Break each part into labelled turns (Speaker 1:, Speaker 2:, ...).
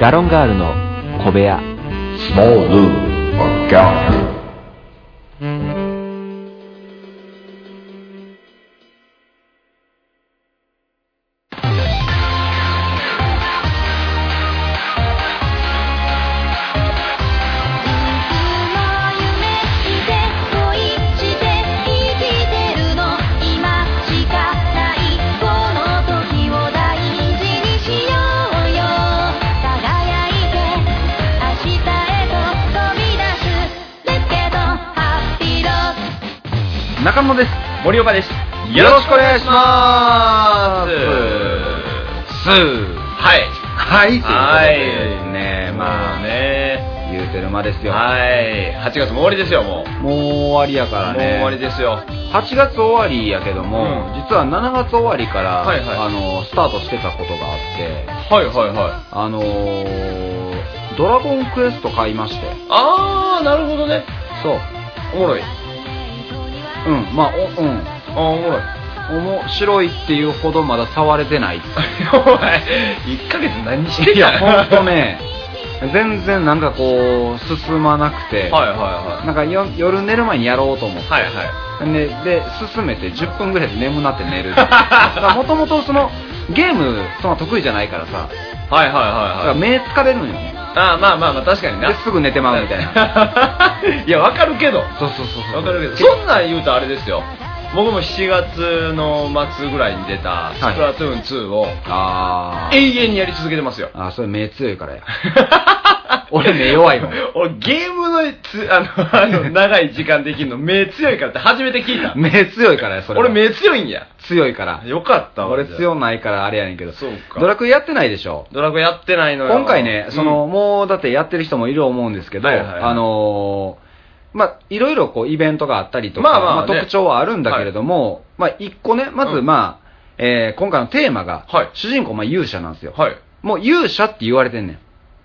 Speaker 1: ガロンガールの小部屋
Speaker 2: Small Zoo or Gallery.
Speaker 3: いつも夢見て恋して生きてるの今しかないこの時を大事にしようよ輝いて明日へと飛び出すレッケとハッピーロス
Speaker 4: 中野です
Speaker 5: 森岡です。
Speaker 4: よろしくお願いしま
Speaker 5: ス
Speaker 4: す
Speaker 5: はい。
Speaker 4: はい
Speaker 5: はい。
Speaker 4: ということで
Speaker 5: ねまあね。
Speaker 4: 言うてる間ですよ
Speaker 5: はい。8月も終わりですよ、もう。
Speaker 4: もう終わりやから
Speaker 5: もう
Speaker 4: ね
Speaker 5: 終わりですよ。
Speaker 4: 8月終わりやけども、
Speaker 5: うん
Speaker 4: 実は7月終わりから、
Speaker 5: はいはい
Speaker 4: あのスタートしてたことがあって
Speaker 5: はいはいはい。
Speaker 4: あのードラゴンクエスト買いまして
Speaker 5: あー、なるほどね。
Speaker 4: そう
Speaker 5: おもろい。
Speaker 4: うんまあおうん
Speaker 5: あー、おもろい。
Speaker 4: 面白いっていうほどまだ触れてないってい う
Speaker 5: お前、1ヶ月何して
Speaker 4: いやほんと
Speaker 5: と。
Speaker 4: ね全然なんかこう進まなくて、
Speaker 5: はいは
Speaker 4: なんかよ夜寝る前にやろうと思っ
Speaker 5: い
Speaker 4: て、
Speaker 5: はい。はいはい。
Speaker 4: でで進めて10分ぐらいで眠なって 寝るもともとそのゲームそんな得意じゃないからさ
Speaker 5: はいはいはい
Speaker 4: だか
Speaker 5: は
Speaker 4: ら
Speaker 5: い。
Speaker 4: 目疲れるのよね
Speaker 5: あー、まあまあまあ、確かにな。
Speaker 4: ですぐ寝てまうみたいな
Speaker 5: いや、わかるけど。
Speaker 4: そうそうそうそう
Speaker 5: わかるけど、そんなん言うとあれですよ。僕も7月の末ぐらいに出た、
Speaker 4: い
Speaker 5: スプラトゥーン2を
Speaker 4: あー
Speaker 5: 永遠にやり続けてますよ。
Speaker 4: あーそれ目強いからや俺目 弱いもん
Speaker 5: 俺、ゲームのつあの、あ の、長い時間できるの、目強いからって初めて聞いた。
Speaker 4: 目強いからやそれは
Speaker 5: 俺、目強いんや。
Speaker 4: 強いから
Speaker 5: よかったわ。
Speaker 4: 俺
Speaker 5: じゃあ
Speaker 4: 強ないからあれやねんけど
Speaker 5: そうか
Speaker 4: ドラクエやってないでしょ
Speaker 5: ドラゴンやってないのよ。
Speaker 4: 今回ね、その、もうだってやってる人もいる思うんですけど、
Speaker 5: はいはいはい
Speaker 4: あのーまあ、いろいろこうイベントがあったりとか、
Speaker 5: まあまあね
Speaker 4: 特徴はあるんだけれども、まあ、一個ね、まず、
Speaker 5: うん
Speaker 4: まあ、えー今回のテーマが、
Speaker 5: はい
Speaker 4: 主人公、まあ、勇者なんです
Speaker 5: う
Speaker 4: よ
Speaker 5: ん。はい。
Speaker 4: もう勇者って言われてんねん。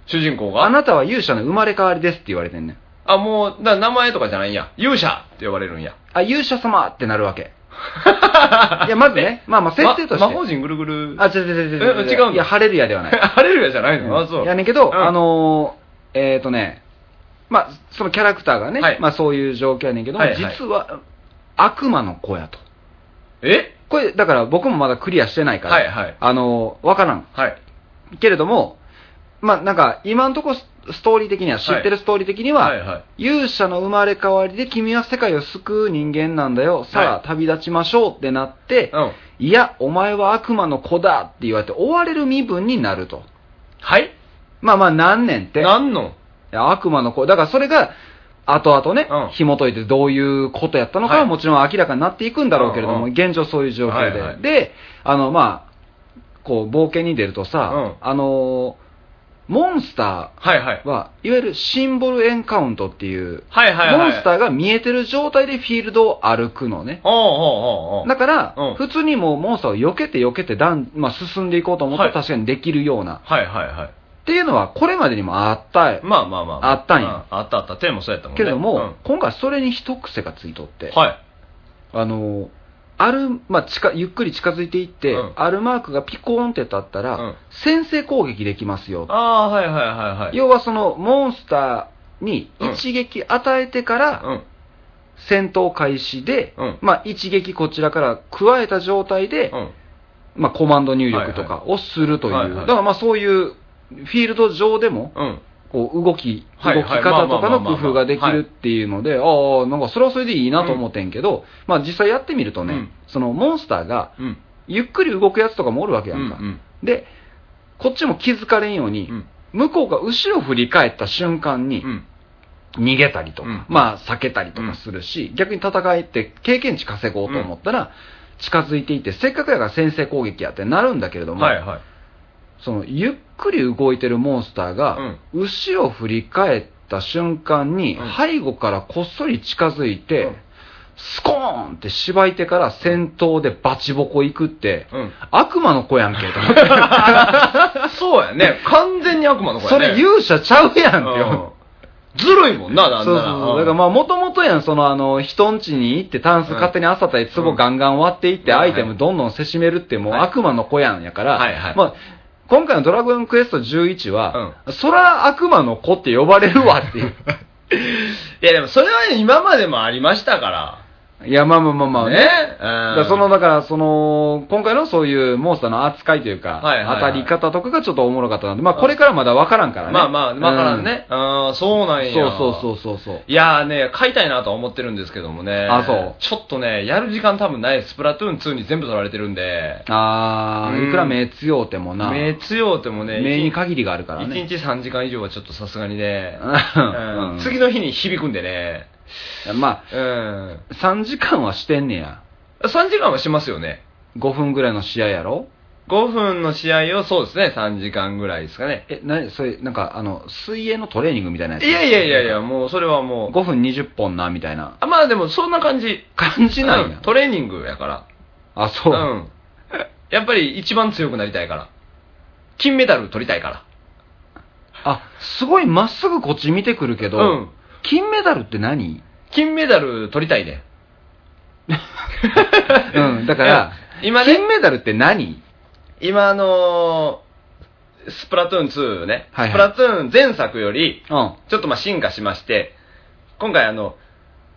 Speaker 5: 主人公
Speaker 4: あ
Speaker 5: が。
Speaker 4: なたは勇者の生まれ変わりですって言われてんねん。
Speaker 5: あ、もう、だ名前とかじゃないんや。勇者って呼ばれるんや。
Speaker 4: あ、勇者様ってなる わけ。いや、まずね、まあまあ、設定として。
Speaker 5: ま魔法陣ぐるぐる。
Speaker 4: あ、違う違う違う違う。
Speaker 5: え違うの
Speaker 4: いや、ハレルヤではない。
Speaker 5: ハレルヤじゃないの、あ、そう。
Speaker 4: やねんけど、
Speaker 5: うん
Speaker 4: あのーえっ、とね、まあ、そのキャラクターがね、
Speaker 5: はい
Speaker 4: まあそういう状況やねんけども、
Speaker 5: はいはい
Speaker 4: 実は悪魔の子やと。
Speaker 5: え
Speaker 4: これ、だから僕もまだクリアしてないから、
Speaker 5: はいはい
Speaker 4: あのーわからん。
Speaker 5: はい。
Speaker 4: けれども、まあなんか、今のところスストーリー的には、知ってるストーリー的には、
Speaker 5: はいはい。
Speaker 4: 勇者の生まれ変わりで君は世界を救う人間なんだよ、さ
Speaker 5: は
Speaker 4: あ旅立ちましょうってなって、
Speaker 5: うん。
Speaker 4: いや、お前は悪魔の子だって言われて追われる身分になると。
Speaker 5: はい
Speaker 4: まあまあ何年って。
Speaker 5: なんの
Speaker 4: いや悪魔の子、だからそれが後々ね、
Speaker 5: うん
Speaker 4: 紐解いてどういうことやったのかは
Speaker 5: はい
Speaker 4: もちろん明らかになっていくんだろうけれども、
Speaker 5: うんうん
Speaker 4: 現状そういう状況で、
Speaker 5: はいはい
Speaker 4: であのまあこう冒険に出るとさ、あのモンスタ
Speaker 5: はいはい
Speaker 4: ー。はいわゆるシンボルエンカウントっていう、
Speaker 5: はいはいはい。
Speaker 4: モンスターが見えてる状態でフィールドを歩くのね。
Speaker 5: おうおうおうおう
Speaker 4: だから、
Speaker 5: うん
Speaker 4: 普通にもうモンスターを避けて避けてだん、まあ、進んでいこうと思ったら
Speaker 5: はい
Speaker 4: 確かにできるような、
Speaker 5: はいはいはい。
Speaker 4: っていうのはこれまでにもあった
Speaker 5: まあまあまあ。
Speaker 4: あったんや
Speaker 5: うん。あったあった。テーマそうやったもんね。
Speaker 4: けれども、
Speaker 5: うん
Speaker 4: 今回それに一癖がついとって、
Speaker 5: はい。
Speaker 4: あのある、まあ、近ゆっくり近づいていって、
Speaker 5: うん
Speaker 4: あるマークがピコーンって立ったら、
Speaker 5: うん
Speaker 4: 先制攻撃できますよ、
Speaker 5: ああー、はいはいはいはい。
Speaker 4: 要はそのモンスターに一撃与えてから、
Speaker 5: うん。
Speaker 4: 戦闘開始で、
Speaker 5: うん
Speaker 4: まあ、一撃こちらから加えた状態で、
Speaker 5: うん。
Speaker 4: まあ、コマンド入力とかをするという、
Speaker 5: はいはい
Speaker 4: だからまあそういうフィールド上でも、
Speaker 5: うん。
Speaker 4: こう動き、動
Speaker 5: はい
Speaker 4: き
Speaker 5: はい
Speaker 4: 方とかの
Speaker 5: まあまあまあまあま
Speaker 4: 工
Speaker 5: あ
Speaker 4: 夫ができるっていうので、ああ、なんかそれはそれでいいなと思ってんけど、まあ実際やってみるとね、
Speaker 5: うん
Speaker 4: そのモンスターが
Speaker 5: うん。
Speaker 4: ゆっくり動くやつとかもおるわけ
Speaker 5: う
Speaker 4: や
Speaker 5: ん
Speaker 4: んか。
Speaker 5: うん。
Speaker 4: で、こっちも気づかれんように、
Speaker 5: うん
Speaker 4: 向こうが後ろ振り返った瞬間に
Speaker 5: うん。
Speaker 4: 逃げたりとか、
Speaker 5: うん
Speaker 4: まあ避けたりとかするし、逆に戦いって経験値稼ごうと思ったら、近づいていって、せっかくやから先制攻撃やってなるんだけれども、
Speaker 5: はいはい。
Speaker 4: そのゆっくり動いてるモンスターが、後ろを振り返った瞬間に、
Speaker 5: うん
Speaker 4: 背後からこっそり近づいて、
Speaker 5: うん
Speaker 4: スコーンってしばいてから戦闘でバチボコ行くって、
Speaker 5: うん。
Speaker 4: 悪魔の子やんけと思って、
Speaker 5: そうやね。完全に悪魔の子
Speaker 4: そ
Speaker 5: やね。
Speaker 4: れ勇者ちゃうやんって
Speaker 5: うん
Speaker 4: よ。
Speaker 5: ずるいもんな、だんだ
Speaker 4: そうそうそう。だからまあ、もともとやん、その、あの、人んちに行って、タンス勝手にあさったり、壺ガンガン割っていって、
Speaker 5: うん
Speaker 4: アイテムどんどんせしめるって、もう
Speaker 5: はい
Speaker 4: 悪魔の子やんやから、
Speaker 5: はいはい
Speaker 4: まあ、今回のドラゴンクエスト11は、そら悪魔の子って呼ばれるわっ ていう。
Speaker 5: いやでもそれは今までもありましたから。
Speaker 4: いや、まあまあまあまあね。
Speaker 5: ねうん
Speaker 4: だからその、だから、その、今回のそういうモンスターの扱いというか、
Speaker 5: はいはいはい
Speaker 4: 当たり方とかがちょっとおもろかったなんで、まあこれからまだわからんからね。
Speaker 5: まあまあ、わからんね。うん、そうな
Speaker 4: うんん。
Speaker 5: や。
Speaker 4: そうそうそうそうそう。
Speaker 5: いやーね、買いたいなとは思ってるんですけどもね。
Speaker 4: あそう
Speaker 5: ちょっとね、やる時間多分ないです。スプラトゥーン2に全部取られてるんで。
Speaker 4: あ
Speaker 5: う
Speaker 4: ー、
Speaker 5: ん
Speaker 4: いくら目強うてもな、
Speaker 5: 目強てもね、
Speaker 4: 目に限りがあるから
Speaker 5: 1
Speaker 4: ね。
Speaker 5: 日3時間以上はちょっとさすがにね、
Speaker 4: うん
Speaker 5: うん次の日に響くんでね、
Speaker 4: ま
Speaker 5: うん、
Speaker 4: あ、3時間はしてんねや。
Speaker 5: 3時間はしますよね。
Speaker 4: 5分ぐらいの試合やろ
Speaker 5: 5分の試合をそうですね、3時間ぐらいですかね。
Speaker 4: え、な、それ、なんか、あの、水泳のトレーニングみたいなやつ
Speaker 5: いやいやいやいや、もうそれはもう、
Speaker 4: 5分20本な、みたいな
Speaker 5: あまあでもそんな感じ。
Speaker 4: 感じなんや
Speaker 5: うん。トレーニングやから。
Speaker 4: あ、そう。
Speaker 5: ん。やっぱり一番強くなりたいから。金メダル取りたいか
Speaker 4: あ、すごいまっすぐこっち見てくるけど、
Speaker 5: ら。うん。
Speaker 4: 金メダルっ て何
Speaker 5: 金メダル取りたいね。
Speaker 4: うん、だから、
Speaker 5: いや今ね
Speaker 4: 金、メダルって何
Speaker 5: 今あのースプラトゥーン2ね、
Speaker 4: はいはい
Speaker 5: スプラトゥーン前作より、
Speaker 4: うん。
Speaker 5: ちょっとまあ進化しまして、今回あの、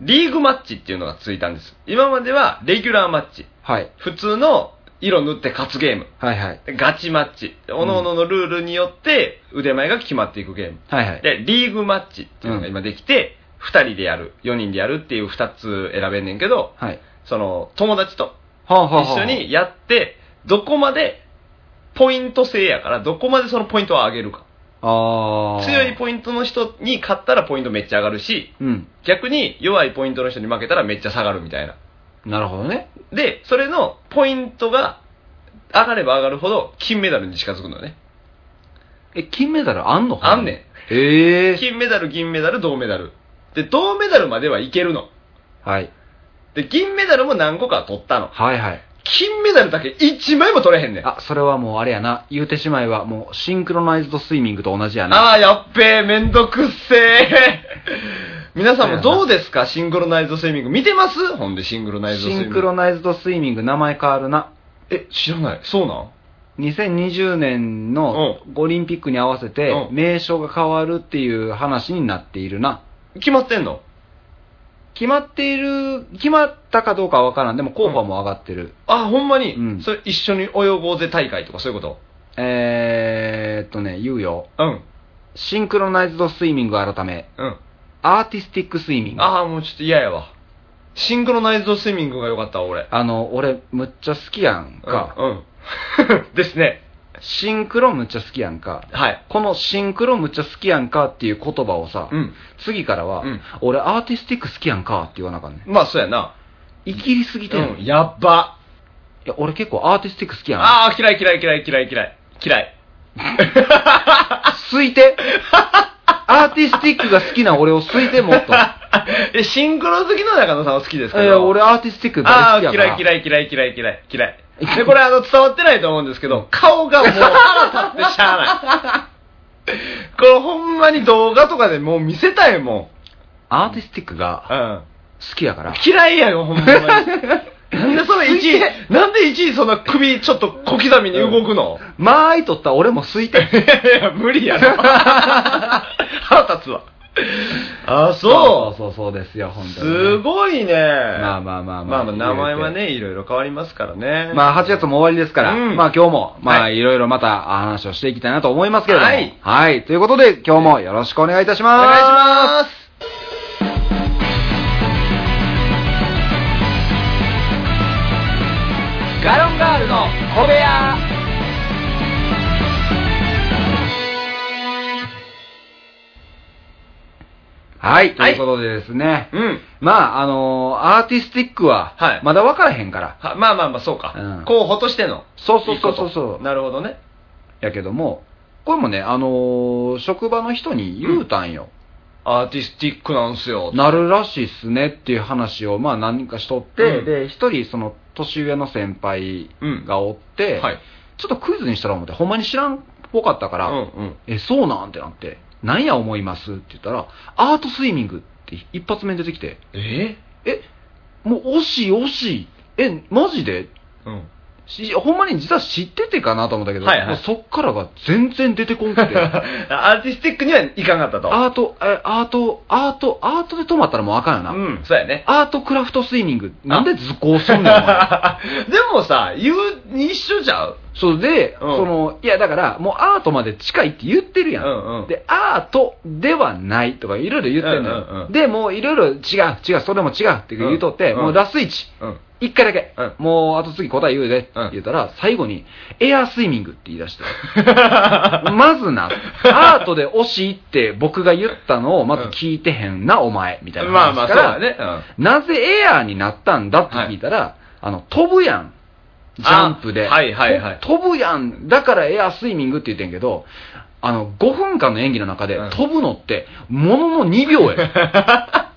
Speaker 5: リーグマッチっていうのがついたんです。今まではレギュラーマッチ。
Speaker 4: はい。
Speaker 5: 普通の色塗って勝つゲーム。
Speaker 4: はいはい。
Speaker 5: ガチマッチ。おのののルールによって腕前が決まっていくゲーム。
Speaker 4: はいはい。
Speaker 5: で、リーグマッチっていうのが今できて、2人でやる、4人でやるっていう2つ選べんねんけど、
Speaker 4: はい。
Speaker 5: その友達と
Speaker 4: はあ、はあはあ、
Speaker 5: 一緒にやって、どこまでポイント制やから、どこまでそのポイントを上げるか。
Speaker 4: あー
Speaker 5: 強いポイントの人に勝ったらポイントめっちゃ上がるし、
Speaker 4: うん。
Speaker 5: 逆に弱いポイントの人に負けたらめっちゃ下がるみたいな。
Speaker 4: なるほどね。
Speaker 5: で、それのポイントが上がれば上がるほど金メダルに近づくのね。
Speaker 4: え、金メダルあんの
Speaker 5: あんねん。
Speaker 4: ええ
Speaker 5: 金メダル、銀メダル、銅メダル。で、銅メダルまではいけるの。
Speaker 4: はい。
Speaker 5: で、銀メダルも何個か取ったの。
Speaker 4: はいはい。
Speaker 5: 金メダルだけ1枚も取れへんねん。あ
Speaker 4: あ、それはもうあれやな。言うてしまえば、もうシンクロナイズドスイミングと同じやな。
Speaker 5: あー、やっべえ、めんどくっせえ。 皆さんもどうですかシンクロナイズドスイミング。見てますほんで、シンクロナイズドスイ
Speaker 4: シ
Speaker 5: ミング。
Speaker 4: ンクロナイズドスイミング名前変わるな。
Speaker 5: え、知らない。そうなん
Speaker 4: 2020年のオリンピックに合わせて
Speaker 5: うん
Speaker 4: 名称が変わるっていう話になっているな。
Speaker 5: 決まってんの
Speaker 4: 決まっている、決まったかどうかはわからん。でも候補はもう上がってる。
Speaker 5: あ、ほんまに、
Speaker 4: うん
Speaker 5: それ一緒に泳ごうぜ大会とかそういうこ
Speaker 4: えーっとね、言うよ。
Speaker 5: とうん。
Speaker 4: シンクロナイズドスイミング改め、
Speaker 5: うん。
Speaker 4: アーティスティックスイミング。
Speaker 5: ああ、もうちょっと嫌やわ。シンクロナイズドスイミングが良かったわ、俺。
Speaker 4: あの、俺、むっちゃ好きやんか。
Speaker 5: うん。うん、 ですね。
Speaker 4: シンクロむっちゃ好きやんか。
Speaker 5: はい。
Speaker 4: このシンクロむっちゃ好きやんかっていう言葉をさ、
Speaker 5: うん。
Speaker 4: 次からは、
Speaker 5: うん
Speaker 4: 俺アーティスティック好きやんかって言わなあかんねん。
Speaker 5: まあ、そうやな。
Speaker 4: いきりすぎてんの、
Speaker 5: うん、
Speaker 4: い
Speaker 5: やっば。
Speaker 4: や、俺結構アーティスティック好きやん。
Speaker 5: ああ、嫌い嫌い嫌い嫌い嫌い。嫌い。
Speaker 4: すいて アーティスティックが好きな俺をすいてもっと。
Speaker 5: え、シンクロ好きの中野さんは好きですか
Speaker 4: いや、俺アーティスティック
Speaker 5: ああ
Speaker 4: 大
Speaker 5: ー、
Speaker 4: 好きやか
Speaker 5: 嫌
Speaker 4: ら。
Speaker 5: い嫌い嫌い嫌い嫌い嫌い。で、これあの、伝わってないと思うんですけど、顔がもう腹立ってしゃあない。 これほんまに動画とかでもう見せたいも
Speaker 4: アーティスティック
Speaker 5: ん。う
Speaker 4: が
Speaker 5: ん。
Speaker 4: 好き やから。
Speaker 5: 嫌いやよ、ほんまに。なんでその1位、なんで1位そんな首ちょっと小刻みに動くの、
Speaker 4: 間合い取った俺もすいて。
Speaker 5: いやいや、無理やろ。 腹立つわ。あ、 そう。
Speaker 4: そうそうそうですよ、本当にね、
Speaker 5: すごいね。
Speaker 4: まあまあま
Speaker 5: ま
Speaker 4: あま
Speaker 5: あ
Speaker 4: あ。
Speaker 5: まあ、名前はね、いろいろ変わりますからね。
Speaker 4: まあ、8月も終わりですから、
Speaker 5: うん
Speaker 4: まあ今日も、ま
Speaker 5: は
Speaker 4: あ
Speaker 5: い
Speaker 4: いろいろまた話をしていきたいなと思いますけれども。
Speaker 5: はい
Speaker 4: はい。ということで、今日もよろしくお願いいたし
Speaker 5: お
Speaker 4: ます。
Speaker 5: 願いします。
Speaker 4: ガロンガールの小部屋はい、ということでですね。
Speaker 5: うん。
Speaker 4: まあ、あのーアーティスティックは
Speaker 5: はい、
Speaker 4: まだ分からへんから、
Speaker 5: はまあまあまあ、そうか、
Speaker 4: うん
Speaker 5: 候補としての。
Speaker 4: そうそうそうそうそう
Speaker 5: いいことなるほどね。
Speaker 4: やけども、これもね、あのー職場の人に言うたんよ。
Speaker 5: アーティスティックなんすよ。
Speaker 4: なるらしいっすねっていう話を、まあ何人かしとって、
Speaker 5: うん
Speaker 4: で、一人その年上の先輩がおって、
Speaker 5: はい。
Speaker 4: ちょっとクイズにしたら思って、ほんまに知らんっぽかったか
Speaker 5: う
Speaker 4: ら、
Speaker 5: んうん。
Speaker 4: え、そうなんってなって、なんや思いますって言ったら、アートスイミングって一発目に出てきて、
Speaker 5: え
Speaker 4: え、もう惜しい惜しい、え、マジで
Speaker 5: うん。
Speaker 4: しほんまに実は知っててかなと思ったけど、
Speaker 5: はいはい
Speaker 4: もうそっからが全然出てこんくて。
Speaker 5: アーティスティックにはいかんかったと。
Speaker 4: アート、えアート、アート、アートで止まったらもうあかんよな。
Speaker 5: うん、そうやね。
Speaker 4: アートクラフトスイミング、なんで図工すんの
Speaker 5: でもさ、言う、一緒じゃう
Speaker 4: そうで、
Speaker 5: うん
Speaker 4: その、いやだから、もうアートまで近いって言ってるやん。
Speaker 5: うんうん
Speaker 4: で、アートではないとか、いろいろ言ってるのよ。
Speaker 5: うんうんうん
Speaker 4: で、もういろいろ違う、違う、それも違うって言うとって、
Speaker 5: うん
Speaker 4: もうラスイチ。
Speaker 5: うん。
Speaker 4: 一回だけ、
Speaker 5: うん
Speaker 4: もうあと次答え言うで、
Speaker 5: うん
Speaker 4: 言うたら、最後に、エアースイミングって言い出して、まずな、アートで惜しいって僕が言ったのを、まず聞いてへんな、お前、みたいな
Speaker 5: まあま
Speaker 4: 話
Speaker 5: あ、そ
Speaker 4: か
Speaker 5: う
Speaker 4: ら、
Speaker 5: だね。うん
Speaker 4: なぜエアーになったんだって聞いたら、あの、飛ぶやん。ジャンプで。
Speaker 5: あはいはいはい
Speaker 4: と飛ぶやん。だからエアースイミングって言ってんけど、あの、5分間の演技の中で、
Speaker 5: うん
Speaker 4: 飛ぶのって、ものの2秒 や。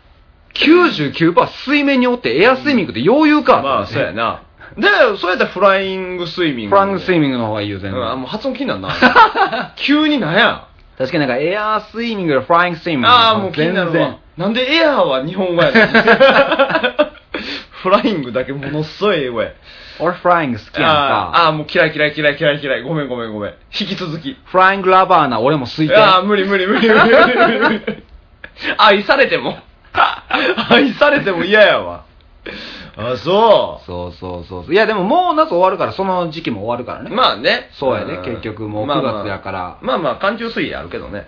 Speaker 4: 99%水面におってエアースイミングって余裕か。
Speaker 5: まあ、そうやな。で、そうやったらフライングスイミン
Speaker 4: フ
Speaker 5: グ。
Speaker 4: ラングスイ
Speaker 5: ン
Speaker 4: ミングの方がいいよ、
Speaker 5: グ
Speaker 4: 全
Speaker 5: うん、あ
Speaker 4: 然。
Speaker 5: もう発音気になんな。 急になんや。
Speaker 4: 確かになんかエアースイミングとフライングスイミング。
Speaker 5: ああ、もう気にな
Speaker 4: 全
Speaker 5: るわ
Speaker 4: 然。。
Speaker 5: なんでエアーは日本語や ねフライングだけものすごい英語や。
Speaker 4: 俺フライング好きやん
Speaker 5: あー
Speaker 4: か。
Speaker 5: あー、もう嫌い嫌い嫌い嫌い嫌い。ごめんごめんごめん。引き続き。
Speaker 4: フライングラバーな俺も好いて。
Speaker 5: ああ、無理無理無理無理無理無理無 理。愛されても。愛されても嫌やわ。あ、そ
Speaker 4: そうそうそうそう。いや、でももう夏終わるから、その時期も終わるから
Speaker 5: う。
Speaker 4: ね。
Speaker 5: まあね。
Speaker 4: そうやね
Speaker 5: ん
Speaker 4: 結局もう
Speaker 5: まあまあ
Speaker 4: 9月やから
Speaker 5: まあまあ、環中水泳あるけど ね。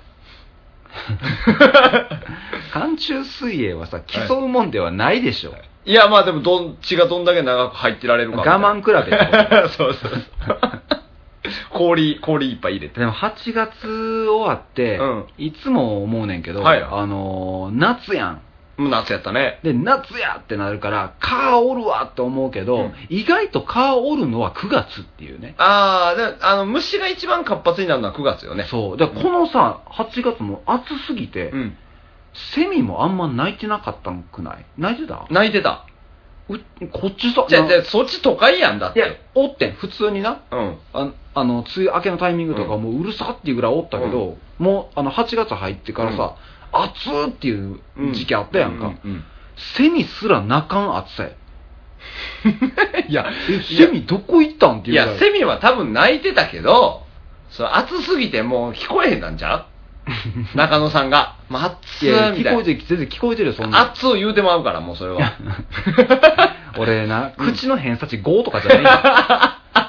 Speaker 4: 寒中水泳はさ、競うもんではないでしょ。
Speaker 5: いや、まあでも、どん、血がどんだけ長く入ってられるか。
Speaker 4: 我慢比べってこ
Speaker 5: べ。 そうそうそう。氷、氷いっぱい入れて。
Speaker 4: でも8月終わって、
Speaker 5: うん
Speaker 4: いつも思うねんけど、
Speaker 5: はい
Speaker 4: あのー夏やん。
Speaker 5: もう夏やったね。
Speaker 4: で、夏やってなるから、蚊おるわって思うけど、
Speaker 5: うん
Speaker 4: 意外と蚊おるのは9月っていうね。
Speaker 5: ああ、で、あの、虫が一番活発になるのは9月よね。
Speaker 4: そう。だからこのさ、8月も暑すぎて、
Speaker 5: うん。
Speaker 4: セミもあんま泣いてなかったんくない泣いてた
Speaker 5: 泣いてた。
Speaker 4: うこっちさ、
Speaker 5: じゃあ、
Speaker 4: な
Speaker 5: じゃあそっち都会やんだっ
Speaker 4: い
Speaker 5: て。
Speaker 4: や、おってん、普通にな。
Speaker 5: うん。
Speaker 4: ああの梅雨明けのタイミングとか
Speaker 5: うん
Speaker 4: もううるさっていうぐらいおったけど、もうあの8月入ってからさ、暑ーっていう時期あったやんか、
Speaker 5: ううん
Speaker 4: セミすらなかん暑 さや
Speaker 5: いや、
Speaker 4: えセミどこ行ったんってい
Speaker 5: いう
Speaker 4: ぐら
Speaker 5: や、セミは多分泣いてたけど、そう暑すぎてもう聞こえへんなんち ゃう中野さんが。まあ、暑
Speaker 4: いや
Speaker 5: い
Speaker 4: い
Speaker 5: み
Speaker 4: や
Speaker 5: た
Speaker 4: 聞こえ
Speaker 5: いな。
Speaker 4: てき全然聞こえてるよそんな
Speaker 5: 暑い言うてまうから、もうそれは。
Speaker 4: 俺な口の偏差値5とかじゃな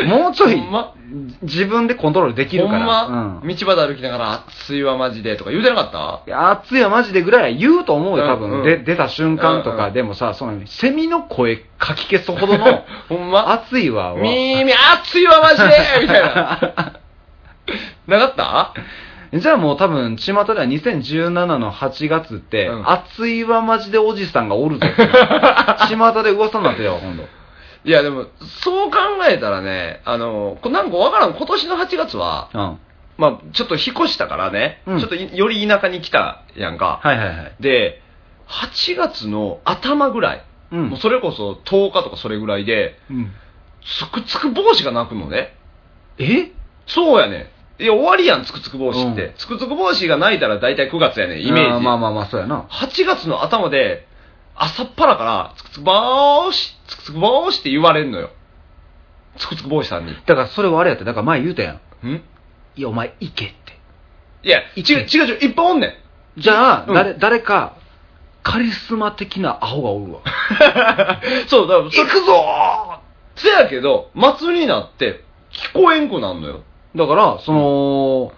Speaker 4: い よもうちょい、
Speaker 5: ほんま
Speaker 4: 自分でコントロールできる
Speaker 5: ほん
Speaker 4: から
Speaker 5: ま、
Speaker 4: うん
Speaker 5: 道端歩きながら暑いわマジでとか言うてなかっ
Speaker 4: いや暑いはマジでぐらい言うと思うよ、多分、
Speaker 5: うんうん
Speaker 4: で出た瞬間とか、
Speaker 5: うんうん
Speaker 4: でもさ、そのセミの声かき消すほど
Speaker 5: た
Speaker 4: の
Speaker 5: ほんま
Speaker 4: 暑いわは、
Speaker 5: 耳暑いわマジでみたいな。 なかっ
Speaker 4: じゃあもう多分、巷では2017の8月って、
Speaker 5: うん
Speaker 4: 暑いはマジでおじさんがお るぞ。巷で噂になってるよ、今度。
Speaker 5: たいや、でも、そう考えたらね、あの、こなんかわからん、今年の8月は、
Speaker 4: うん。
Speaker 5: まあ、ちょっと引っ越したからね、
Speaker 4: うん
Speaker 5: ちょっといより田舎に来たやんか。
Speaker 4: はいはいはい。
Speaker 5: で、8月の頭ぐらい、
Speaker 4: うん。
Speaker 5: もうそれこそ10日とかそれぐらいで、
Speaker 4: うん
Speaker 5: つくつく帽子が鳴くのね。
Speaker 4: え
Speaker 5: そうやねん。いや、終わりやん、つくつく帽子って。
Speaker 4: うん
Speaker 5: つくつく帽子が泣いたら大体9月やねん、イメージ。
Speaker 4: あまあまあまあ、そうやな。
Speaker 5: 8月の頭で、朝っぱらから、つくつく帽子、つくつく帽子って言われんのよ。つくつく帽子さんに。
Speaker 4: だからそれはあれやって、だから前言うたやん。
Speaker 5: ん
Speaker 4: いや、お前行けって。
Speaker 5: いや、違う違う違う、いっぱいおんねん。
Speaker 4: じゃあ、
Speaker 5: うん
Speaker 4: 誰、誰か、カリスマ的なアホがおるわ。
Speaker 5: そう、だから、そ
Speaker 4: 行くぞ
Speaker 5: せやけど、祭りになって、聞こえんくなんのよ。
Speaker 4: ーだから、その、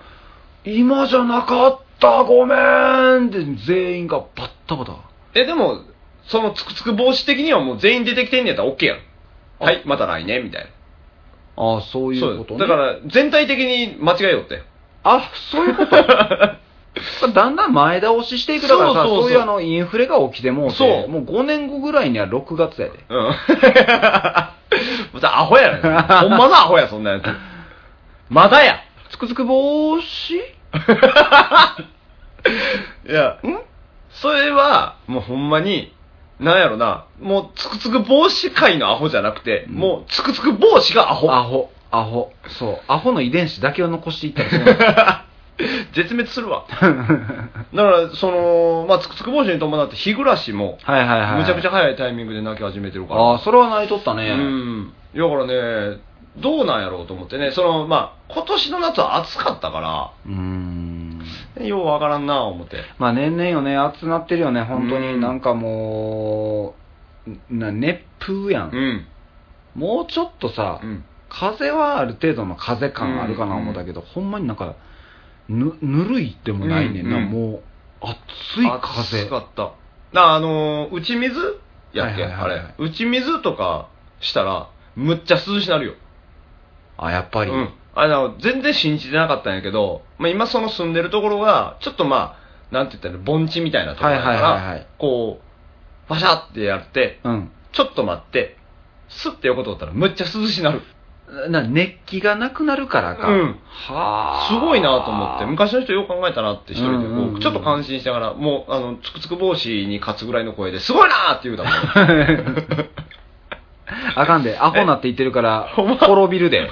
Speaker 4: 今じゃなかった、ごめんって全員がバッタバタ。
Speaker 5: え、でも、そのつくつく防止的にはもう全員出てきてんねやったら OK やん。
Speaker 4: あ
Speaker 5: はい、また来年、みたいな。
Speaker 4: ああ、そういうことね。
Speaker 5: だから、全体的に間違えよって。
Speaker 4: あ、そういうこと だんだん前倒ししていくだから
Speaker 5: そ
Speaker 4: さ、
Speaker 5: うそうそう
Speaker 4: そういうあのインフレが起きてもうて
Speaker 5: そう
Speaker 4: もう5年後ぐらいには6月やで。
Speaker 5: うん。 またアホ やねほんまのアホや、そんなやつ。まだや。
Speaker 4: つくづく帽子
Speaker 5: いや、んそれは、もうほんまに、なんやろな、もうつくつく帽子界のアホじゃなくて、
Speaker 4: うん
Speaker 5: もうつくつく帽子がアホ。
Speaker 4: アホ、アホ。そう、アホの遺伝子だけを残していったりする
Speaker 5: 絶滅するわ。だから、その、まあ、つくつく帽子に伴って日暮らしも、
Speaker 4: はいはいはい。
Speaker 5: むちゃくち
Speaker 4: ゃ。
Speaker 5: ゃ早いタイミングで泣き始めてるから。
Speaker 4: ああ、それは泣いとったね。
Speaker 5: うん。だからね、どうなんやろうと思ってね、その、まあ、今年の夏は暑かったか
Speaker 4: うーん。
Speaker 5: ら、ようわからんな、思って。
Speaker 4: まあ年々よね、暑なってるよね、本当
Speaker 5: う
Speaker 4: に。
Speaker 5: ん
Speaker 4: なんかもう、な熱風やん,、
Speaker 5: うん。
Speaker 4: もうちょっとさ、
Speaker 5: うん。
Speaker 4: 風はある程度の風感あるかな思ったけど、ほんまになんか、ぬぬるいでもないねんな、
Speaker 5: うんうん
Speaker 4: もう、暑い風。
Speaker 5: 暑かった。な、あのー、打ち水やっけ、
Speaker 4: はいはいはいはい
Speaker 5: あれ。打ち水とかしたら、むっちゃ涼しなるよ。
Speaker 4: あ、やっぱり。
Speaker 5: うん、あの全然信じてなかったんやけど、まあ、今その住んでるところがちょっとまあなんて言ったらいいの盆地みたいなところだから、
Speaker 4: はいはいはいはい
Speaker 5: こうバシャってやって
Speaker 4: うん。
Speaker 5: ちょっと待ってスッて横通ったらむっちゃ涼しになる
Speaker 4: な熱気がなくなるからか。
Speaker 5: うん
Speaker 4: はあ。
Speaker 5: すごいなと思って昔の人よく考えたなって一人でこう、
Speaker 4: うんうんうん
Speaker 5: ちょっと感心しながらもうあのつくつく帽子に勝つぐらいの声ですごいなって言うた もん
Speaker 4: あかんで、アホなって言ってるから、
Speaker 5: ほんま
Speaker 4: 滅び るで。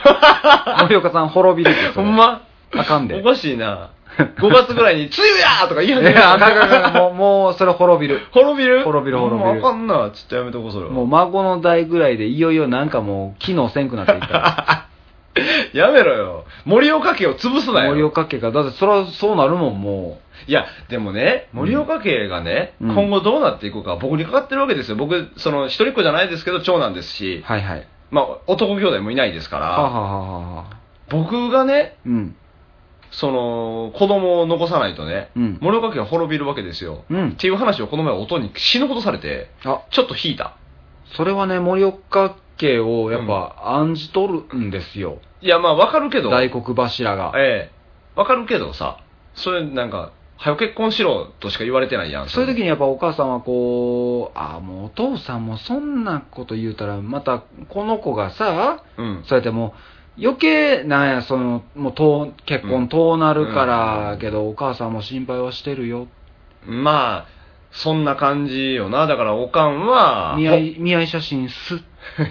Speaker 4: 森岡さん滅びるで。そ
Speaker 5: ほ
Speaker 4: れ
Speaker 5: んま
Speaker 4: あかんで。
Speaker 5: おかしいな5月ぐらいに「梅雨や!」とか言い
Speaker 4: い
Speaker 5: 始め
Speaker 4: や、あかん
Speaker 5: た
Speaker 4: あかんあかんもう、もうそれ滅びる。
Speaker 5: 滅びる
Speaker 4: 滅びる滅びる
Speaker 5: ほんまあかんなちょっとやめとこうそれは
Speaker 4: もう孫の代ぐらいで、いよいよなんかもう、機能せんくなっていった ら。
Speaker 5: やめろよ。森岡家を潰すなよ。
Speaker 4: 森岡家が、だってそれはそうなるもん、も
Speaker 5: いや、でもね、
Speaker 4: うん
Speaker 5: 森岡家がね、
Speaker 4: うん
Speaker 5: 今後どうなっていくか僕にかかってるわけですよ。僕、その、一人っ子じゃないですけど、長男です
Speaker 4: う。
Speaker 5: し、
Speaker 4: はいはい。
Speaker 5: まあ、男兄弟もいないですから、
Speaker 4: はあ、はあはあはあ
Speaker 5: 僕がね、
Speaker 4: うん。
Speaker 5: その、子供を残さないとね、
Speaker 4: うん
Speaker 5: 森岡家が滅びるわけですよ。
Speaker 4: うん
Speaker 5: っていう話をこの前、音に死ぬほどされて、
Speaker 4: あ、
Speaker 5: ちょっと引いた。
Speaker 4: それはね、森岡家をやっぱ案じ取るんですよ、
Speaker 5: いや、まあ、わかるけど、
Speaker 4: 大黒柱が。
Speaker 5: ええ、わかるけどさ、それなんか、早く結婚しろとしか言われてないやん。
Speaker 4: そういう時にやっぱお母さんはこう、ああ、もうお父さんもそんなこと言うたら、またこの子がさ、
Speaker 5: うん。
Speaker 4: そうやってもう、余計なんや、その、もうとう結
Speaker 5: う
Speaker 4: 婚
Speaker 5: ん
Speaker 4: 遠なるから、
Speaker 5: うん
Speaker 4: けどお母さんも心配はしてるよ。
Speaker 5: まあ、そんな感じよな。だから、おかんは、
Speaker 4: 見合い、見合い写真すっ、
Speaker 5: ほ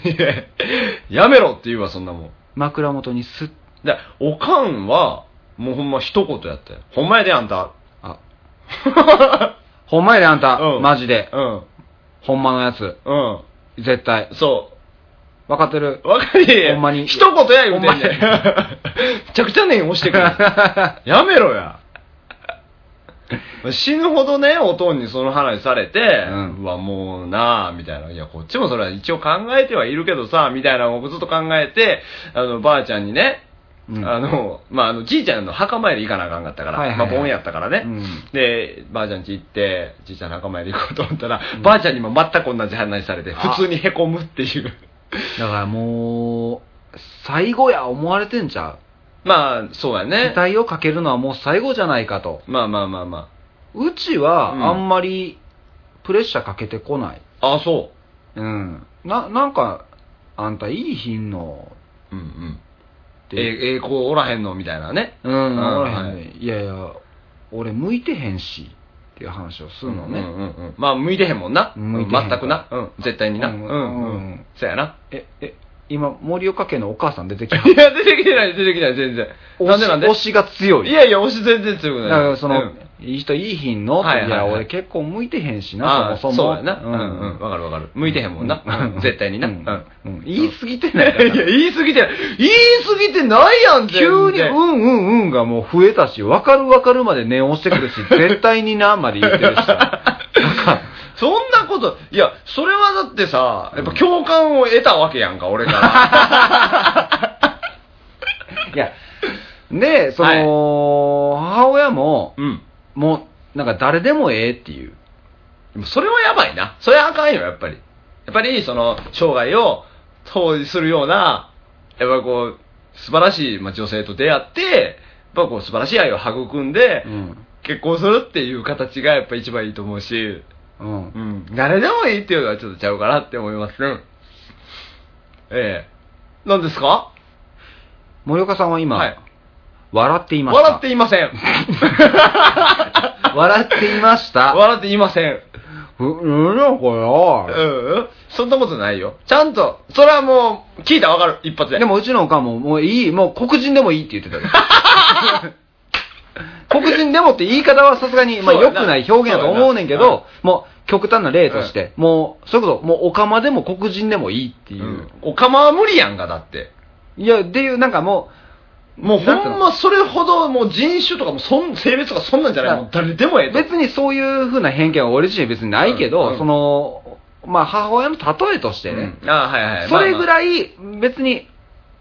Speaker 5: い ややめろって言うわ、そんなもん。
Speaker 4: 枕元にすっ、
Speaker 5: で、おかんは、もうほんま一言やったよ。ほんまやで、あんた。
Speaker 4: あ、ほんまやであんた、
Speaker 5: うん
Speaker 4: マジで。
Speaker 5: うん。
Speaker 4: ほんまのやつ、
Speaker 5: うん。
Speaker 4: 絶対。
Speaker 5: そ
Speaker 4: わかってる
Speaker 5: う。わかり
Speaker 4: ほんまに
Speaker 5: 一言や、言うてんねん。
Speaker 4: ほんま
Speaker 5: めちゃくちゃねん、押して くる。やめろや。死ぬほどね、おとんにその話されて、
Speaker 4: うん
Speaker 5: うわ、もうなあみたいな。いや、こっちもそれは一応考えてはいるけどさ、みたいなのをずっと考えて、あの、ばあちゃんにね、
Speaker 4: うん
Speaker 5: あの、まあ、あの、じいちゃんの墓参り行かなあかんかったから、
Speaker 4: はいはいはい
Speaker 5: まあ、盆やったからね。
Speaker 4: うん
Speaker 5: で、ばあちゃん家行って、じいちゃんの墓参り行こうと思ったら、
Speaker 4: うん
Speaker 5: ばあちゃんにも全く同じ話されて、
Speaker 4: あ
Speaker 5: 普通にへこむっていう。
Speaker 4: だからもう、最後や思われてんちゃ
Speaker 5: まあ、そうや
Speaker 4: う、
Speaker 5: ね
Speaker 4: 期。待をかけるのはもう最後じゃないかと。
Speaker 5: まあまあまあま
Speaker 4: うちは
Speaker 5: うん
Speaker 4: あんまりプレッシャーかけてこない。
Speaker 5: あ。あ、そ
Speaker 4: うん。な、なんか、あんたいい品の、
Speaker 5: う。うんうん。
Speaker 4: って。
Speaker 5: え、え、こうおらへんのみたいなね。
Speaker 4: うん、
Speaker 5: うん
Speaker 4: おらへん
Speaker 5: は
Speaker 4: ね。いやいや、俺向いてへんし、っていう話をするのね。
Speaker 5: うんうんうん。まあ、向いてへんもんな。
Speaker 4: 向いてへん
Speaker 5: 全くな。うん。絶対にな。
Speaker 4: う
Speaker 5: うんん
Speaker 4: う
Speaker 5: うんん
Speaker 4: う
Speaker 5: うんん。そやな。
Speaker 4: え、え、今、森岡家のお母さん出てき た。
Speaker 5: いや、出てきてない、出てきてない、全然。なんでなんで
Speaker 4: 推しが強い。
Speaker 5: いやいや、推し全然強くな
Speaker 4: だ
Speaker 5: い。
Speaker 4: からその、
Speaker 5: うん
Speaker 4: いい人いい品の、
Speaker 5: はいはいはい
Speaker 4: や俺結構向いてへんし
Speaker 5: あ
Speaker 4: な
Speaker 5: あ
Speaker 4: そもそ
Speaker 5: そう
Speaker 4: も
Speaker 5: やな。うんうん。わかるわかる。向いてへんもんな。うん絶対にな。
Speaker 4: う
Speaker 5: うんん。
Speaker 4: うん言い過ぎ て
Speaker 5: い
Speaker 4: ない
Speaker 5: や
Speaker 4: かな、
Speaker 5: 言い過ぎてない。言い過ぎてないやん、
Speaker 4: 急に、う
Speaker 5: 全然
Speaker 4: んうんうんがもう増えたし、わかるわかるまで念押してくる し、絶対にな、まで言ってるしさ。なんか
Speaker 5: そんなこと、いや、それはだってさ、やっぱ共感を得たわけやんか、俺 から。
Speaker 4: いや、で、その、母親も、
Speaker 5: うん。
Speaker 4: もう、なんか誰でもええっていう。
Speaker 5: でもそれはやばいな。それはあかんよ、やっぱり。やっぱり、その、生涯を投じするような、やっぱりこう、素晴らしい、まあ、女性と出会って、やっぱこう、素晴らしい愛を育んで、
Speaker 4: うん。
Speaker 5: 結婚するっていう形がやっぱ一番いいと思うし、
Speaker 4: うん
Speaker 5: う。ん、誰でもいいっていうのはちょっとちゃうかなって思います。うん。ええ何ですか
Speaker 4: 森岡さんは今、
Speaker 5: はい
Speaker 4: 笑っていました。
Speaker 5: 笑っていませ ん。
Speaker 4: 笑っていました。
Speaker 5: 笑っていません。
Speaker 4: う、うん、なんかよ
Speaker 5: う。ん。そんなことないよ。ちゃんと、それはもう、聞いたらわかる。一発で。
Speaker 4: で、もうちのおかんも、もういい、もう黒人でもいいって言ってたで 黒人でもって言い方はさすがに、まあ
Speaker 5: そうや
Speaker 4: 良
Speaker 5: な
Speaker 4: くない表現だと思うねんけ
Speaker 5: そうや
Speaker 4: ど、も極端な例として、もう、それこそ、もう、オカマでも黒人でもいいっていうう。
Speaker 5: ん。おかまは無理やんか、だって。
Speaker 4: いや、っていう、なんかもう、
Speaker 5: もうほ
Speaker 4: なんていうんの
Speaker 5: まそれほどもう人種とかもそん性別とかそんなんじゃないもう誰でもええと
Speaker 4: 別にそういうふうな偏見は俺自身別にないけど、
Speaker 5: うん
Speaker 4: その、まあ、母親の例えとしてね、
Speaker 5: うんああはいはい
Speaker 4: それぐ
Speaker 5: い
Speaker 4: らい別に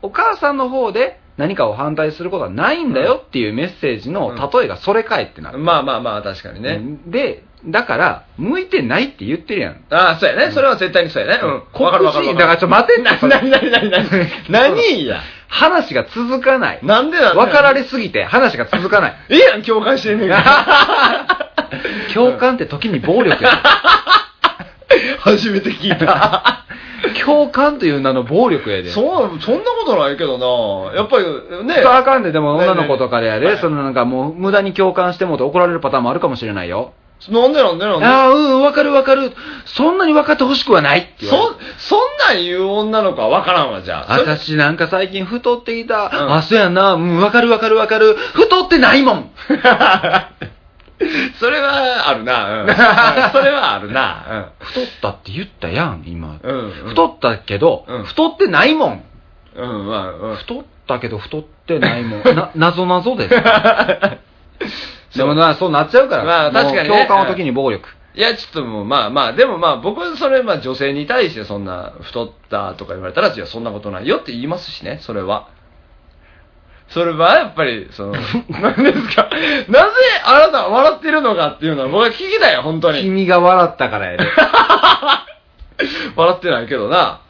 Speaker 4: お母さんの方で何かを反対することはないんだよっていうメッセージの例えがそれかいってなる、
Speaker 5: まあまあまあ確かにね
Speaker 4: でだから向いてないって言ってるやん
Speaker 5: ああそうやねそれは絶対にそうやねうん
Speaker 4: 黒
Speaker 5: わかるわかる
Speaker 4: 人だからちょっと待て
Speaker 5: ななになになになに何や
Speaker 4: 話が続かない
Speaker 5: なんでなん
Speaker 4: 分かられすぎて話が続 かない
Speaker 5: ええやん共感してん ねんから
Speaker 4: 共感って時に暴力や
Speaker 5: 初めて聞いた
Speaker 4: で共感という名の暴力やで
Speaker 5: そうそんなことないけどなやっぱり ね
Speaker 4: あかんで、でも
Speaker 5: ね
Speaker 4: 女の子とかでや
Speaker 5: ね
Speaker 4: で、そのなんかもう無駄に共感してもうて怒られるパターンもあるかもしれないよ。
Speaker 5: なんでなんでなんで
Speaker 4: ああ、うん、わかるわかる。そんなに分かってほしくはないって言われる
Speaker 5: そ、そんなん言う女の子は分からんわ、じゃあ。それ
Speaker 4: 私なんか最近太ってきた。
Speaker 5: ん
Speaker 4: あ、そうやな。うん、わかるわかるわかる。太ってないもん。
Speaker 5: それはあるな、 うんうんそれはあるな、
Speaker 4: 太ったって言ったやん、今。
Speaker 5: うん。うん。
Speaker 4: 太ったけど、
Speaker 5: うん
Speaker 4: 太ってないもん。
Speaker 5: うん、まあ、うん。
Speaker 4: 太ったけど太ってない もん。な、謎謎です。でもな、そうなっちゃうから。
Speaker 5: まあ確かにね
Speaker 4: もう共感の時に暴力。
Speaker 5: いや、ちょっともう、まあまあ、でもまあ、僕はそれ、まあ、女性に対して、そんな、太ったとか言われたら、いや、そんなことないよって言いますしね、それは。それは、やっぱり、 その、何ですか、なぜあなたは笑ってるのかっていうのは、僕は聞きたいよ、本当に。
Speaker 4: 君が笑ったからやで。
Speaker 5: 笑ってないけどな。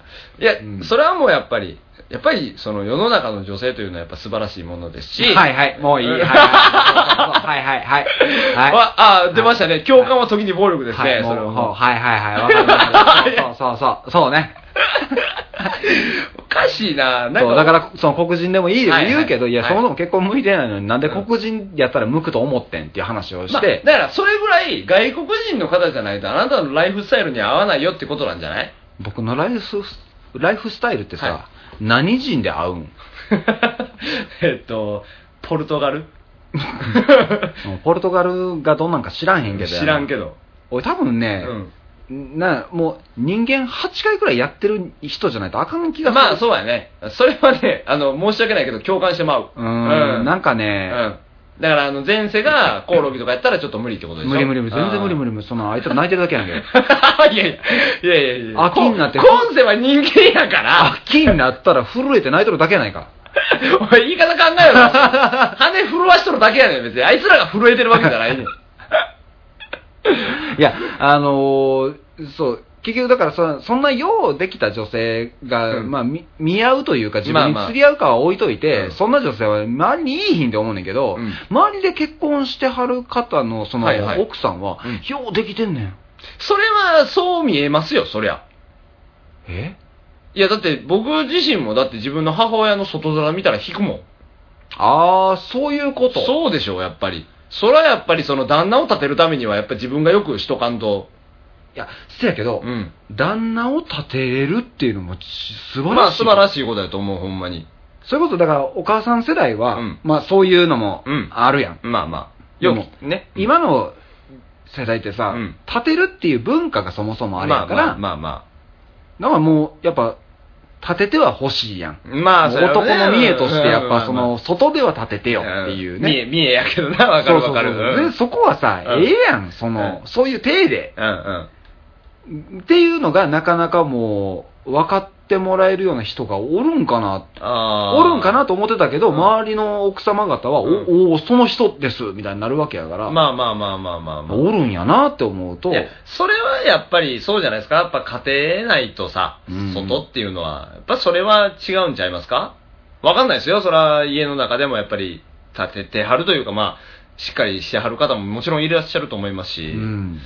Speaker 5: いや、
Speaker 4: うん
Speaker 5: それはもうやっぱり、やっぱり、その、世の中の女性というのは、やっぱ素晴らしいものですし、
Speaker 4: はいはい、も ういい。はいはいはいはいはい。はい。
Speaker 5: わあ、出ましたね。共感は時に暴力です
Speaker 4: はい、
Speaker 5: ね。
Speaker 4: も
Speaker 5: そうれは
Speaker 4: ほう
Speaker 5: も
Speaker 4: はいはいはい。わかるわかるそうそう そう、そうね。
Speaker 5: うおかしいな。なん
Speaker 4: そう
Speaker 5: か
Speaker 4: だから、その黒人でもいいよ
Speaker 5: はいはい
Speaker 4: 言うけど、いや、
Speaker 5: はい
Speaker 4: そもそも結婚向いてないのに、なんで黒人やったら向くと思ってんっていう話を
Speaker 5: ま
Speaker 4: し
Speaker 5: あ
Speaker 4: て、
Speaker 5: だから、それぐらい外国人の方じゃないと、あなたのライフスタイルに合わないよってことなんじゃ ない
Speaker 4: 僕のライフスライフスタイルってさ、
Speaker 5: は
Speaker 4: 何人で会うん
Speaker 5: えっと、ポルトガル
Speaker 4: もうポルトガルがどんなんか知らんへんけどやな
Speaker 5: 知らんけど。
Speaker 4: 俺多分
Speaker 5: う
Speaker 4: ね、
Speaker 5: ん
Speaker 4: なもう人間8回くらいやってる人じゃないとあかん気がする
Speaker 5: まあ、そうやね。それはね、あの、申し訳ないけど、共感してまう。
Speaker 4: うーんなんかね、
Speaker 5: うんだから、あの、前世がコオロギとかやったらちょっと無理ってことでしょ
Speaker 4: 無理無理無理、全然無理無
Speaker 5: 理。
Speaker 4: 理無理、そんなあいつら泣いてるだけやんけ。
Speaker 5: いやいや、いやいやいや。
Speaker 4: 飽きんなって
Speaker 5: こ今世は人間やから
Speaker 4: あ、っきになったら震えて泣いとるだけやな いか。
Speaker 5: お前言い方考えろ。羽震わしとるだけやねん、別に。あいつらが震えてるわけじゃないねん。
Speaker 4: いや、あのーそう、結局だからそ、そんなようできた女性が、
Speaker 5: うん
Speaker 4: まあ、み見合うというか、自分に
Speaker 5: まあまあ
Speaker 4: 釣り合うかは置いといて、
Speaker 5: うん
Speaker 4: そんな女性は周りにいいひんって思うねんけど、
Speaker 5: うん
Speaker 4: 周りで結婚してはる方のその、
Speaker 5: はいはい
Speaker 4: 奥さんは、
Speaker 5: うん
Speaker 4: ようできてんねん。
Speaker 5: それは、そう見えますよ、そりゃ。
Speaker 4: え
Speaker 5: いや、だって、僕自身も、だって自分の母親の外面見たら引くもん。
Speaker 4: ああ、そういうこと。
Speaker 5: そうでしょう、やっぱり。それはやっぱり、その、旦那を立てるためには、やっぱ自分がよくしとかんと。
Speaker 4: いや、せやけど、
Speaker 5: うん。
Speaker 4: 旦那を立てれるっていうのもち素晴らしい。
Speaker 5: まあ、素晴らしいことだと思う、ほんまに。
Speaker 4: そういうこと、だからお母さん世代は、
Speaker 5: うん
Speaker 4: まあそういうのも
Speaker 5: うん
Speaker 4: あるやん。
Speaker 5: まあまあ。
Speaker 4: で
Speaker 5: よ
Speaker 4: も
Speaker 5: く、ね。
Speaker 4: 今の世代ってさ、
Speaker 5: うん
Speaker 4: 立てるっていう文化がそもそもあれ
Speaker 5: ま
Speaker 4: や
Speaker 5: あ
Speaker 4: から、
Speaker 5: まあまあま
Speaker 4: だからもうやっぱ、立てては欲しいやん。
Speaker 5: あ。まあ、
Speaker 4: も
Speaker 5: そうれはね
Speaker 4: 男の見栄として、やっぱそ、
Speaker 5: うん
Speaker 4: の、外では立ててよっ
Speaker 5: うん
Speaker 4: ていう
Speaker 5: 見え、
Speaker 4: ね。
Speaker 5: 見えやけどな、わかるわかる。
Speaker 4: そうそうそう
Speaker 5: うん
Speaker 4: でそこはさ、
Speaker 5: うん
Speaker 4: ええやん、その、
Speaker 5: うん
Speaker 4: そういう体で。
Speaker 5: うんうん。
Speaker 4: っていうのがなかなかもう、分かってもらえるような人がおるんかなって
Speaker 5: あー
Speaker 4: おるんかなと思ってたけど、
Speaker 5: うん
Speaker 4: 周りの奥様方は、
Speaker 5: うん
Speaker 4: おおー、その人ですみたいになるわけやから、
Speaker 5: まあまあまあまあまあまあ。
Speaker 4: おるんやなって思うと、
Speaker 5: いやそれはやっぱりそうじゃないですか。やっぱ家庭内とさ
Speaker 4: うん、
Speaker 5: 外っていうのは、やっぱそれは違うんちゃいますかわかんないですよ。それは家の中でもやっぱり立ててはるというか、まあ、しっかりしてはる方ももちろんいらっしゃると思います
Speaker 4: う
Speaker 5: し、
Speaker 4: ん、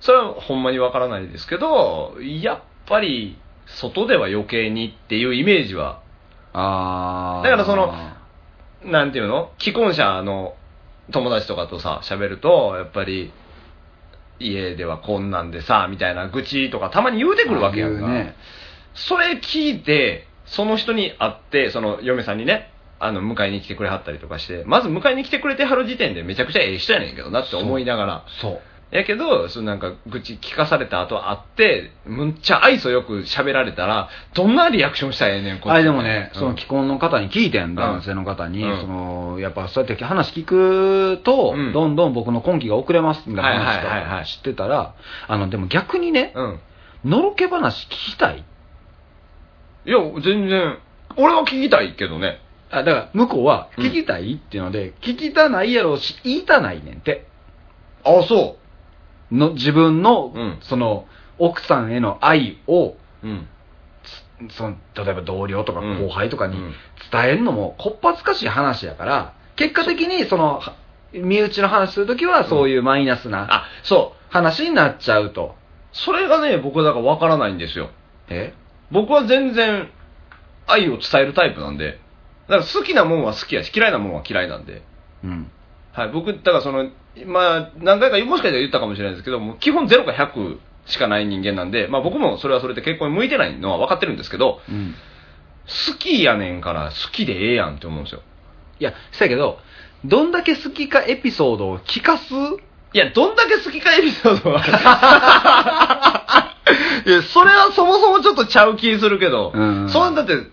Speaker 5: それはほんまにわからないですけど、やっぱり外では余計にっていうイメージは
Speaker 4: あー
Speaker 5: だからそのなんていうの既婚者の友達とかとさ、喋ると、やっぱり、家ではこんなんでさ、みたいな愚痴とかたまに言うてくるわけやん
Speaker 4: あ
Speaker 5: か。
Speaker 4: あいうね
Speaker 5: それ聞いて、その人に会って、その嫁さんにね、あの、迎えに来てくれはったりとかして、まず迎えに来てくれてはる時点でめちゃくちゃええ人やねんけどなって思いながら。
Speaker 4: そう
Speaker 5: やけど、そのなんか、愚痴聞かされた後会って、むっちゃ愛想よく喋られたら、どんなリアクションしたらええねん、こっち
Speaker 4: あれでもね、
Speaker 5: うん
Speaker 4: その既婚の方に聞いてん、男性の方に、
Speaker 5: うん
Speaker 4: そのやっぱそうやって話聞くと、
Speaker 5: うん
Speaker 4: どんどん僕の婚期が遅れますみたいな話と
Speaker 5: はいはいはいは
Speaker 4: か
Speaker 5: い
Speaker 4: 知ってたら、あのでも逆にね、
Speaker 5: うん。
Speaker 4: のろけ話聞きたい
Speaker 5: いや、全然、俺は聞きたいけどね。
Speaker 4: あだから向こうは
Speaker 5: うん
Speaker 4: 聞きたいっていうので、聞きたないやろうし、言いたないねんって、
Speaker 5: あ、そ
Speaker 4: の自分の,、
Speaker 5: うん
Speaker 4: その奥さんへの愛を
Speaker 5: う。うん。
Speaker 4: その、例えば同僚とか
Speaker 5: うん
Speaker 4: 後輩とかに
Speaker 5: うん
Speaker 4: 伝えるのも、こっぱずかしい話やから、結果的にそのは身内の話するときは、そういうマイナスな
Speaker 5: あ、そう。
Speaker 4: 話になっちゃうと。
Speaker 5: それがね、僕はだからわからないんですよ。
Speaker 4: え
Speaker 5: 僕は全然愛を伝えるタイプなんで、だから好きなもんは好きやし、嫌いなもんは嫌いなんで、
Speaker 4: うん。
Speaker 5: はい、僕、だからその、まあ、何回か、もしかしたら言ったかもしれないですけど、もう基本0か100しかない人間なんで、まあ僕もそれはそれで結婚に向いてないのは分かってるんですけど、
Speaker 4: うん。
Speaker 5: 好きやねんから好きでええやんって思うんですよ。
Speaker 4: いや、そやけど、どんだけ好きかエピソードを聞かす
Speaker 5: いや、どんだけ好きかエピソードは。 いや、それはそもそもちょっとちゃう気するけど、
Speaker 4: うん
Speaker 5: そんなだって、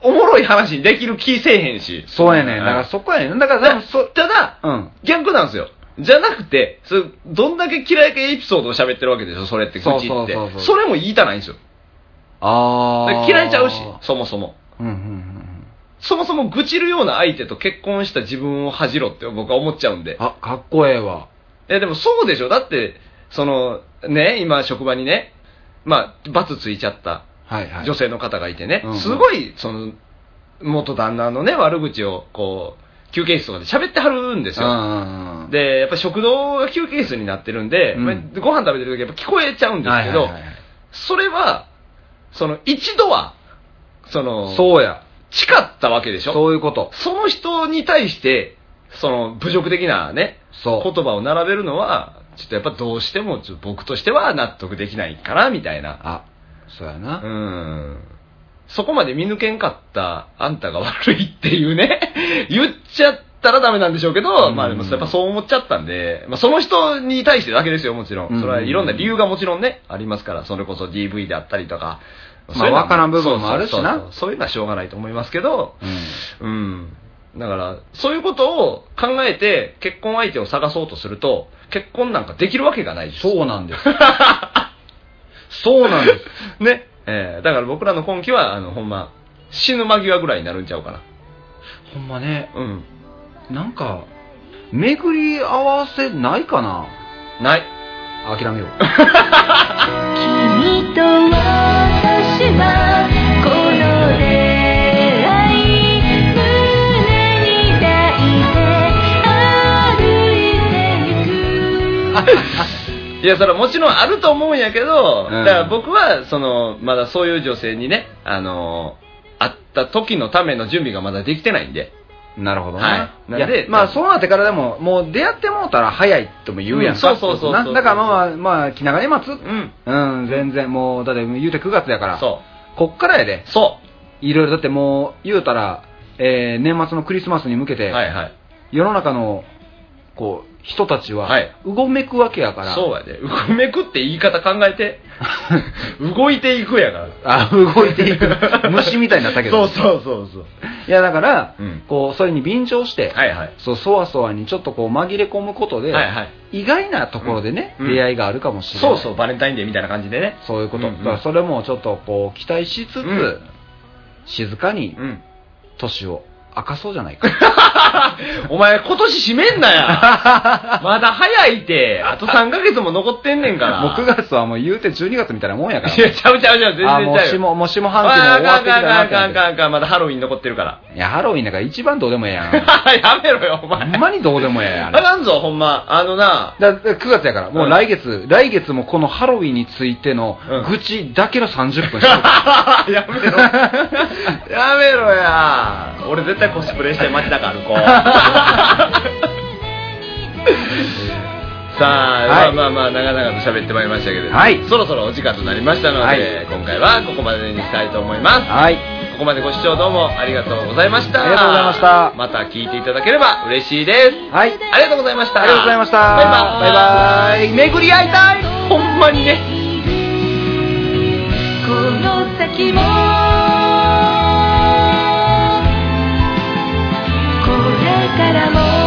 Speaker 5: おもろい話にできる気せえへんし。
Speaker 4: そうやねん。だからそこやねん。だからでもそ、
Speaker 5: ただ、
Speaker 4: うん。
Speaker 5: 逆なんですよ。じゃなくて、それどんだけ嫌いかエピソードを喋ってるわけでしょ、それって、口って。
Speaker 4: そうそうそうそう
Speaker 5: それも言いたないんですよ。
Speaker 4: あ
Speaker 5: だから嫌いちゃうし、そもそも。
Speaker 4: うんうんうん。
Speaker 5: そもそも愚痴るような相手と結婚した自分を恥じろって僕は思っちゃうんで。
Speaker 4: あ、かっこええわ。
Speaker 5: いやでもそうでしょ。だって、その、ね、今職場にね、まあ、罰ついちゃった
Speaker 4: はいはい。
Speaker 5: 女性の方がいてね、
Speaker 4: うんうん
Speaker 5: すごい、その、元旦那のね、悪口を、こう、休憩室とかで喋ってはるんです
Speaker 4: うんう
Speaker 5: よ。
Speaker 4: んうん。
Speaker 5: で、やっぱ食堂が休憩室になってるんで、
Speaker 4: うん
Speaker 5: まあご飯食べてる時やっぱ聞こえちゃうんです
Speaker 4: は
Speaker 5: け
Speaker 4: いはい
Speaker 5: ど、
Speaker 4: はい
Speaker 5: それは、その、一度は、その、
Speaker 4: そうや。
Speaker 5: 誓ったわけでしょ。
Speaker 4: そういうこと。
Speaker 5: その人に対して、その侮辱的なね、
Speaker 4: そう。
Speaker 5: 言葉を並べるのは、ちょっとやっぱどうしてもちょっと僕としては納得できないかな、みたいな。
Speaker 4: あ、そうや
Speaker 5: う
Speaker 4: な。
Speaker 5: ん。そこまで見抜けんかったあんたが悪いっていうね、 言っちゃったらダメなんでしょうけど、
Speaker 4: うん
Speaker 5: まあでもやっぱそう思っちゃったんで、まあその人に対してだけですよ、もちろ
Speaker 4: うん
Speaker 5: ん。それはいろんな理由がもちろんね、ありますから、それこそ DV であったりとか。
Speaker 4: まあ
Speaker 5: そういうのは
Speaker 4: わからん部分もあるしな
Speaker 5: そうそうそうそういうのはしょうがないと思いますけど、
Speaker 4: うん。
Speaker 5: うん。だから、そういうことを考えて結婚相手を探そうとすると、結婚なんかできるわけがないです。
Speaker 4: そうなんです。そうなんで す。
Speaker 5: ね。えーだから僕らの今期は、あの、ほんま、死ぬ間際ぐらいになるんちゃうかな。
Speaker 4: ほんまね、
Speaker 5: うん。
Speaker 4: なんか、巡り合わせないかな
Speaker 5: ない。
Speaker 4: 諦めよう。
Speaker 3: 「君と私はこの出会い」「胸に抱いて歩いてゆく」
Speaker 5: いや、それはもちろんあると思うんやけど、
Speaker 4: ん
Speaker 5: だから僕は、その、まだそういう女性にね、あのー会った時のための準備がまだできてないんで。
Speaker 4: なるほどね。
Speaker 5: はい
Speaker 4: や
Speaker 5: なんで
Speaker 4: まあそうなってからでも、もう出会ってもうたら早いとも言うやんか。
Speaker 5: うんそうそうそうそう
Speaker 4: なだからまあ、まあ、気長に待つ。
Speaker 5: うん。
Speaker 4: うん、全然もう、だって言うて9月やから、
Speaker 5: そ
Speaker 4: こっからやで
Speaker 5: う。。そ
Speaker 4: いろいろ、だってもう、言うたら、えー年末のクリスマスに向け
Speaker 5: う。
Speaker 4: て、
Speaker 5: はいはい。
Speaker 4: 世の中の、こう、人たちは
Speaker 5: はい、
Speaker 4: うごめくわけやから、
Speaker 5: そうやで。 うごめくって言い方考え て。動いていくやから。
Speaker 4: あ動いていく虫みたいになったけど
Speaker 5: そうそうそうそう。
Speaker 4: いやだから、
Speaker 5: うん
Speaker 4: こうそれに便乗して、
Speaker 5: はいはい。
Speaker 4: そうそわそわにちょっとこう紛れ込むことで、
Speaker 5: はいはい。
Speaker 4: 意外なところでね、
Speaker 5: うん
Speaker 4: 出会いがあるかもしれな
Speaker 5: そう
Speaker 4: い、
Speaker 5: そう、バレンタインデーみたいな感じでね。
Speaker 4: そういうこと、
Speaker 5: うんうん
Speaker 4: だからそれもちょっとこう期待しつつ、
Speaker 5: うん
Speaker 4: 静かに
Speaker 5: うん。
Speaker 4: 年を明かそうじゃないか
Speaker 5: お前、今年締めんな や。まだ早いて。あと3ヶ月も残ってんねんから。
Speaker 4: もう9月はもう言うて12月みたいなもんやから
Speaker 5: いや、ちゃうちゃうちゃう、全然ち
Speaker 4: あもう
Speaker 5: ゃうよ。
Speaker 4: 下もう下半期も終わってきたな
Speaker 5: あ
Speaker 4: っ
Speaker 5: あ
Speaker 4: て
Speaker 5: かんあかんあかんあ
Speaker 4: 思
Speaker 5: かん、まだハロウィン残ってるから。
Speaker 4: っていやハロウィンだから一番どうでもええやん
Speaker 5: やめろよ、お前。
Speaker 4: ほんまにどうでもええやん あ
Speaker 5: あ
Speaker 4: れ
Speaker 5: かんぞ、ほんま。あのな、
Speaker 4: だだ9月やから、もう来月、来月もこのハロウィンについての
Speaker 5: うん
Speaker 4: 愚痴だけの30分しよ う
Speaker 5: やめろ。やめろや。俺絶対コスプレして街中歩 こう。さあ、
Speaker 4: はい
Speaker 5: まあまあまあ長々と喋ってまいりましたけれども、
Speaker 4: はい
Speaker 5: そろそろお時間となりましたので、
Speaker 4: はい
Speaker 5: 今回はここまでにしたいと思います。
Speaker 4: はい。
Speaker 5: ここまでご視聴どうもありがとうございました
Speaker 4: ありがとうございました
Speaker 5: また聞いていただければ嬉しいです
Speaker 4: はい
Speaker 5: ありがとうございました
Speaker 4: ありがとうございました
Speaker 5: バイバイバイバイ巡り会いたいほんまにね
Speaker 3: この先もこれからも